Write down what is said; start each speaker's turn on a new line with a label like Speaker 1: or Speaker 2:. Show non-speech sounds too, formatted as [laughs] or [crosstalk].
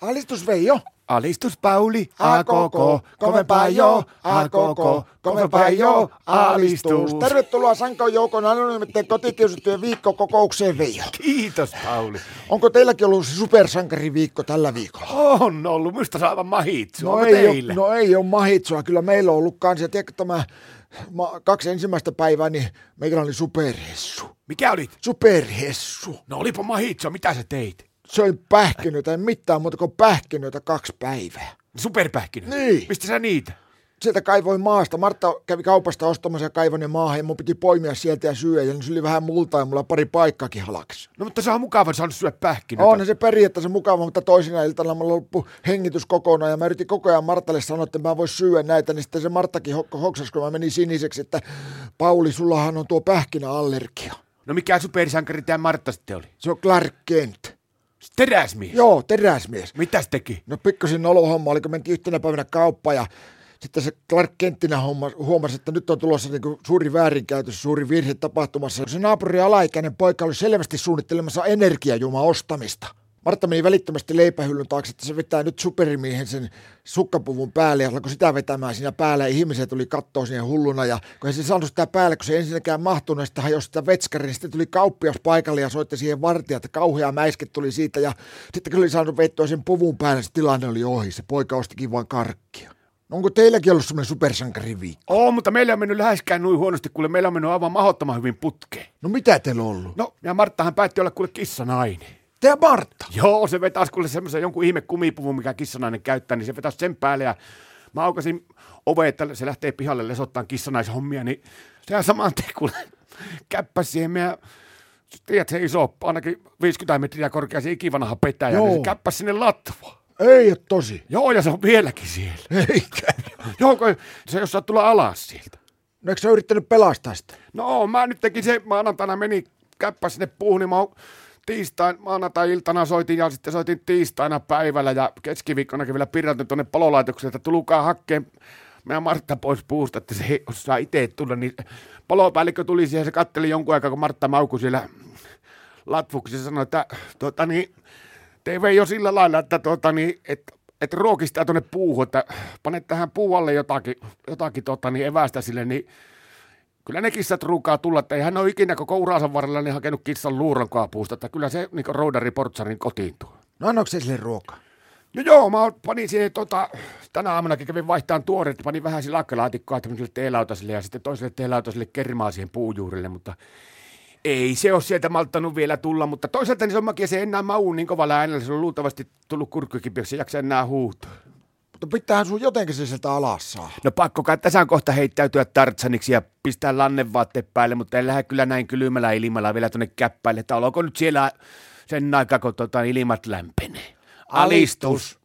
Speaker 1: Alistus Veijo.
Speaker 2: Alistus Pauli, a koko, kovempaa jo, a koko, kovempaa jo, alistus.
Speaker 1: Tervetuloa Sankan joukon anonyymitten kotikiusattujen viikkokokoukseen Veijo.
Speaker 2: Kiitos Pauli.
Speaker 1: Onko teilläkin ollut se supersankariviikko tällä viikolla?
Speaker 2: On ollut, minusta se on aivan mahitsu. Onko
Speaker 1: ei
Speaker 2: teillä?
Speaker 1: ole, no ei ole mahitsua, kyllä meillä on ollut kans. Ja tiedätkö tämä ma, kaksi ensimmäistä päivää, niin meillä oli superhessu.
Speaker 2: Mikä olit?
Speaker 1: Superhessu.
Speaker 2: No olipa mahitsu, mitä sä teit?
Speaker 1: Söin pähkinöitä, en mitään muuta kuin pähkinöitä kaksi päivää.
Speaker 2: Superpähkinä.
Speaker 1: Niin.
Speaker 2: Mistä sä niitä?
Speaker 1: sieltä kaivoin maasta. Martta kävi kaupasta ostamassa ja kaivoi ne maahan ja mun piti poimia sieltä ja syödä. Ja se oli vähän multaa ja mulla pari paikkaakin halaksi.
Speaker 2: No mutta se on mukava, sä oot syödä pähkinöitä.
Speaker 1: Onhan se periaatteessa mukava, mutta toisena iltana mulla loppu hengitys kokonaan ja mä yritin koko ajan Martalle sanoa, että mä vois syödä näitä, niin sitten se Marttakin hokko hoksas, kun mä menin siniseksi, että Pauli, sullahan on tuo pähkinäallergia.
Speaker 2: No mikä supersankari tää Martta sitten oli?
Speaker 1: Se on Clark Kent.
Speaker 2: Teräsmies.
Speaker 1: Joo, teräsmies.
Speaker 2: Mitäs teki?
Speaker 1: No pikkusin olohomma oli, kun mentiin yhtenä päivänä kauppaan ja sitten se Clark Kenttinä homma, huomasi, että nyt on tulossa niin suuri väärinkäytös, suuri virhe tapahtumassa. Se naapuri alaikäinen poika oli selvästi suunnittelemassa energiajuma ostamista. Martta meni välittömästi leipähyllyn taakse, että se vetää nyt supermiehen sen sukkapuvun päälle ja alkoi sitä vetämään siinä päällä. Ja ihmiset tuli kattoo siihen hulluna ja kun ei se saanut sitä päälle, kun se ensinnäkään mahtunut, ja sitten hajosi sitä vetskari, niin sitten tuli kauppias paikalle ja soitti siihen vartija, että kauhea mäiske tuli siitä ja sitten kun oli saanut vettyä sen puvun päälle, niin se tilanne oli ohi. Se poika ostikin vain karkkia. No Onko teilläkin ollut semmoinen supersankariviikko?
Speaker 2: Oo, mutta meillä on mennyt läheskään noin huonosti, kuule meillä on mennyt aivan mahottoman hyvin putkeen.
Speaker 1: No mitä teillä on ollut?
Speaker 2: No, ja Marttahan päätti olla kuule kissanainen.
Speaker 1: Te ja Martta.
Speaker 2: Joo, se vetäisi kuule semmoisen jonkun ihme kumipuvun, mikä kissanainen käyttää, niin se vetäisi sen päälle ja mä aukasin ove, että se lähtee pihalle lesottaan kissanaishommia, niin sehän saman tien kuule [laughs] käppäsi siihen meidän Tiedät, se iso, ainakin 50 metriä korkea, se ikivanha petäjä,
Speaker 1: Joo.
Speaker 2: niin se käppäsi sinne latvaan.
Speaker 1: Ei ole tosi.
Speaker 2: Joo, ja se on vieläkin siellä.
Speaker 1: Eikä.
Speaker 2: Joo, kun se jos saa tulla alas sieltä.
Speaker 1: No eikö sä yrittänyt pelastaa sitä?
Speaker 2: No mä nyt tekin se, maanantaina meni käppä sinne puuhun, niin mä oon tiistain, maanantai-iltana soitin ja sitten soitin tiistaina päivällä ja keskiviikkonakin vielä pirjautin tuonne palolaitokselle, että tulukaa hakkeen meidän Martta pois puusta, että se ei osaa itse tulla, niin palopäällikkö tuli siihen, se katteli jonkun aikaa, kun Martta maukui siellä latvuksessa ja sanoi, että tuota, niin, te vei jo sillä lailla, että tuota, niin, et, et ruokistaa tuonne puuhun, että pane tähän puualle jotakin, jotakin tuota, niin evästä sille, niin kyllä ne kissat ruukaa tulla, että ei hän ole ikinä koko uraansa varrella niin hakenut kissan luuron kaapuusta, että kyllä se niin roudari portsarin kotiin tuo.
Speaker 1: No annoiko se sille ruokaa?
Speaker 2: No joo, mä panin siihen tota, tänä aamuna kävin vaihtamaan tuoreet, panin vähän silakkalaatikkoa tämmöiselle teelautaselle ja sitten toiselle teelautaselle kermaa siihen puujuurelle, mutta ei se ole sieltä malttanut vielä tulla, mutta toisaalta niin se on makia, se ei enää mauu niin kovalla äänellä, se on luultavasti tullut kurkkukipiöksi, se jaksa enää huutaa.
Speaker 1: Mutta pitäähän sun jotenkin se sieltä alas saa.
Speaker 2: No pakko kai tässä on kohta heittäytyä tartsaniksi ja pistää lannevaatteet päälle, mutta en lähde kyllä näin kylmällä ilmalla vielä tuonne käppäille, että olkoon nyt siellä sen aikaa, kun tota, ilmat lämpenee. Alistus!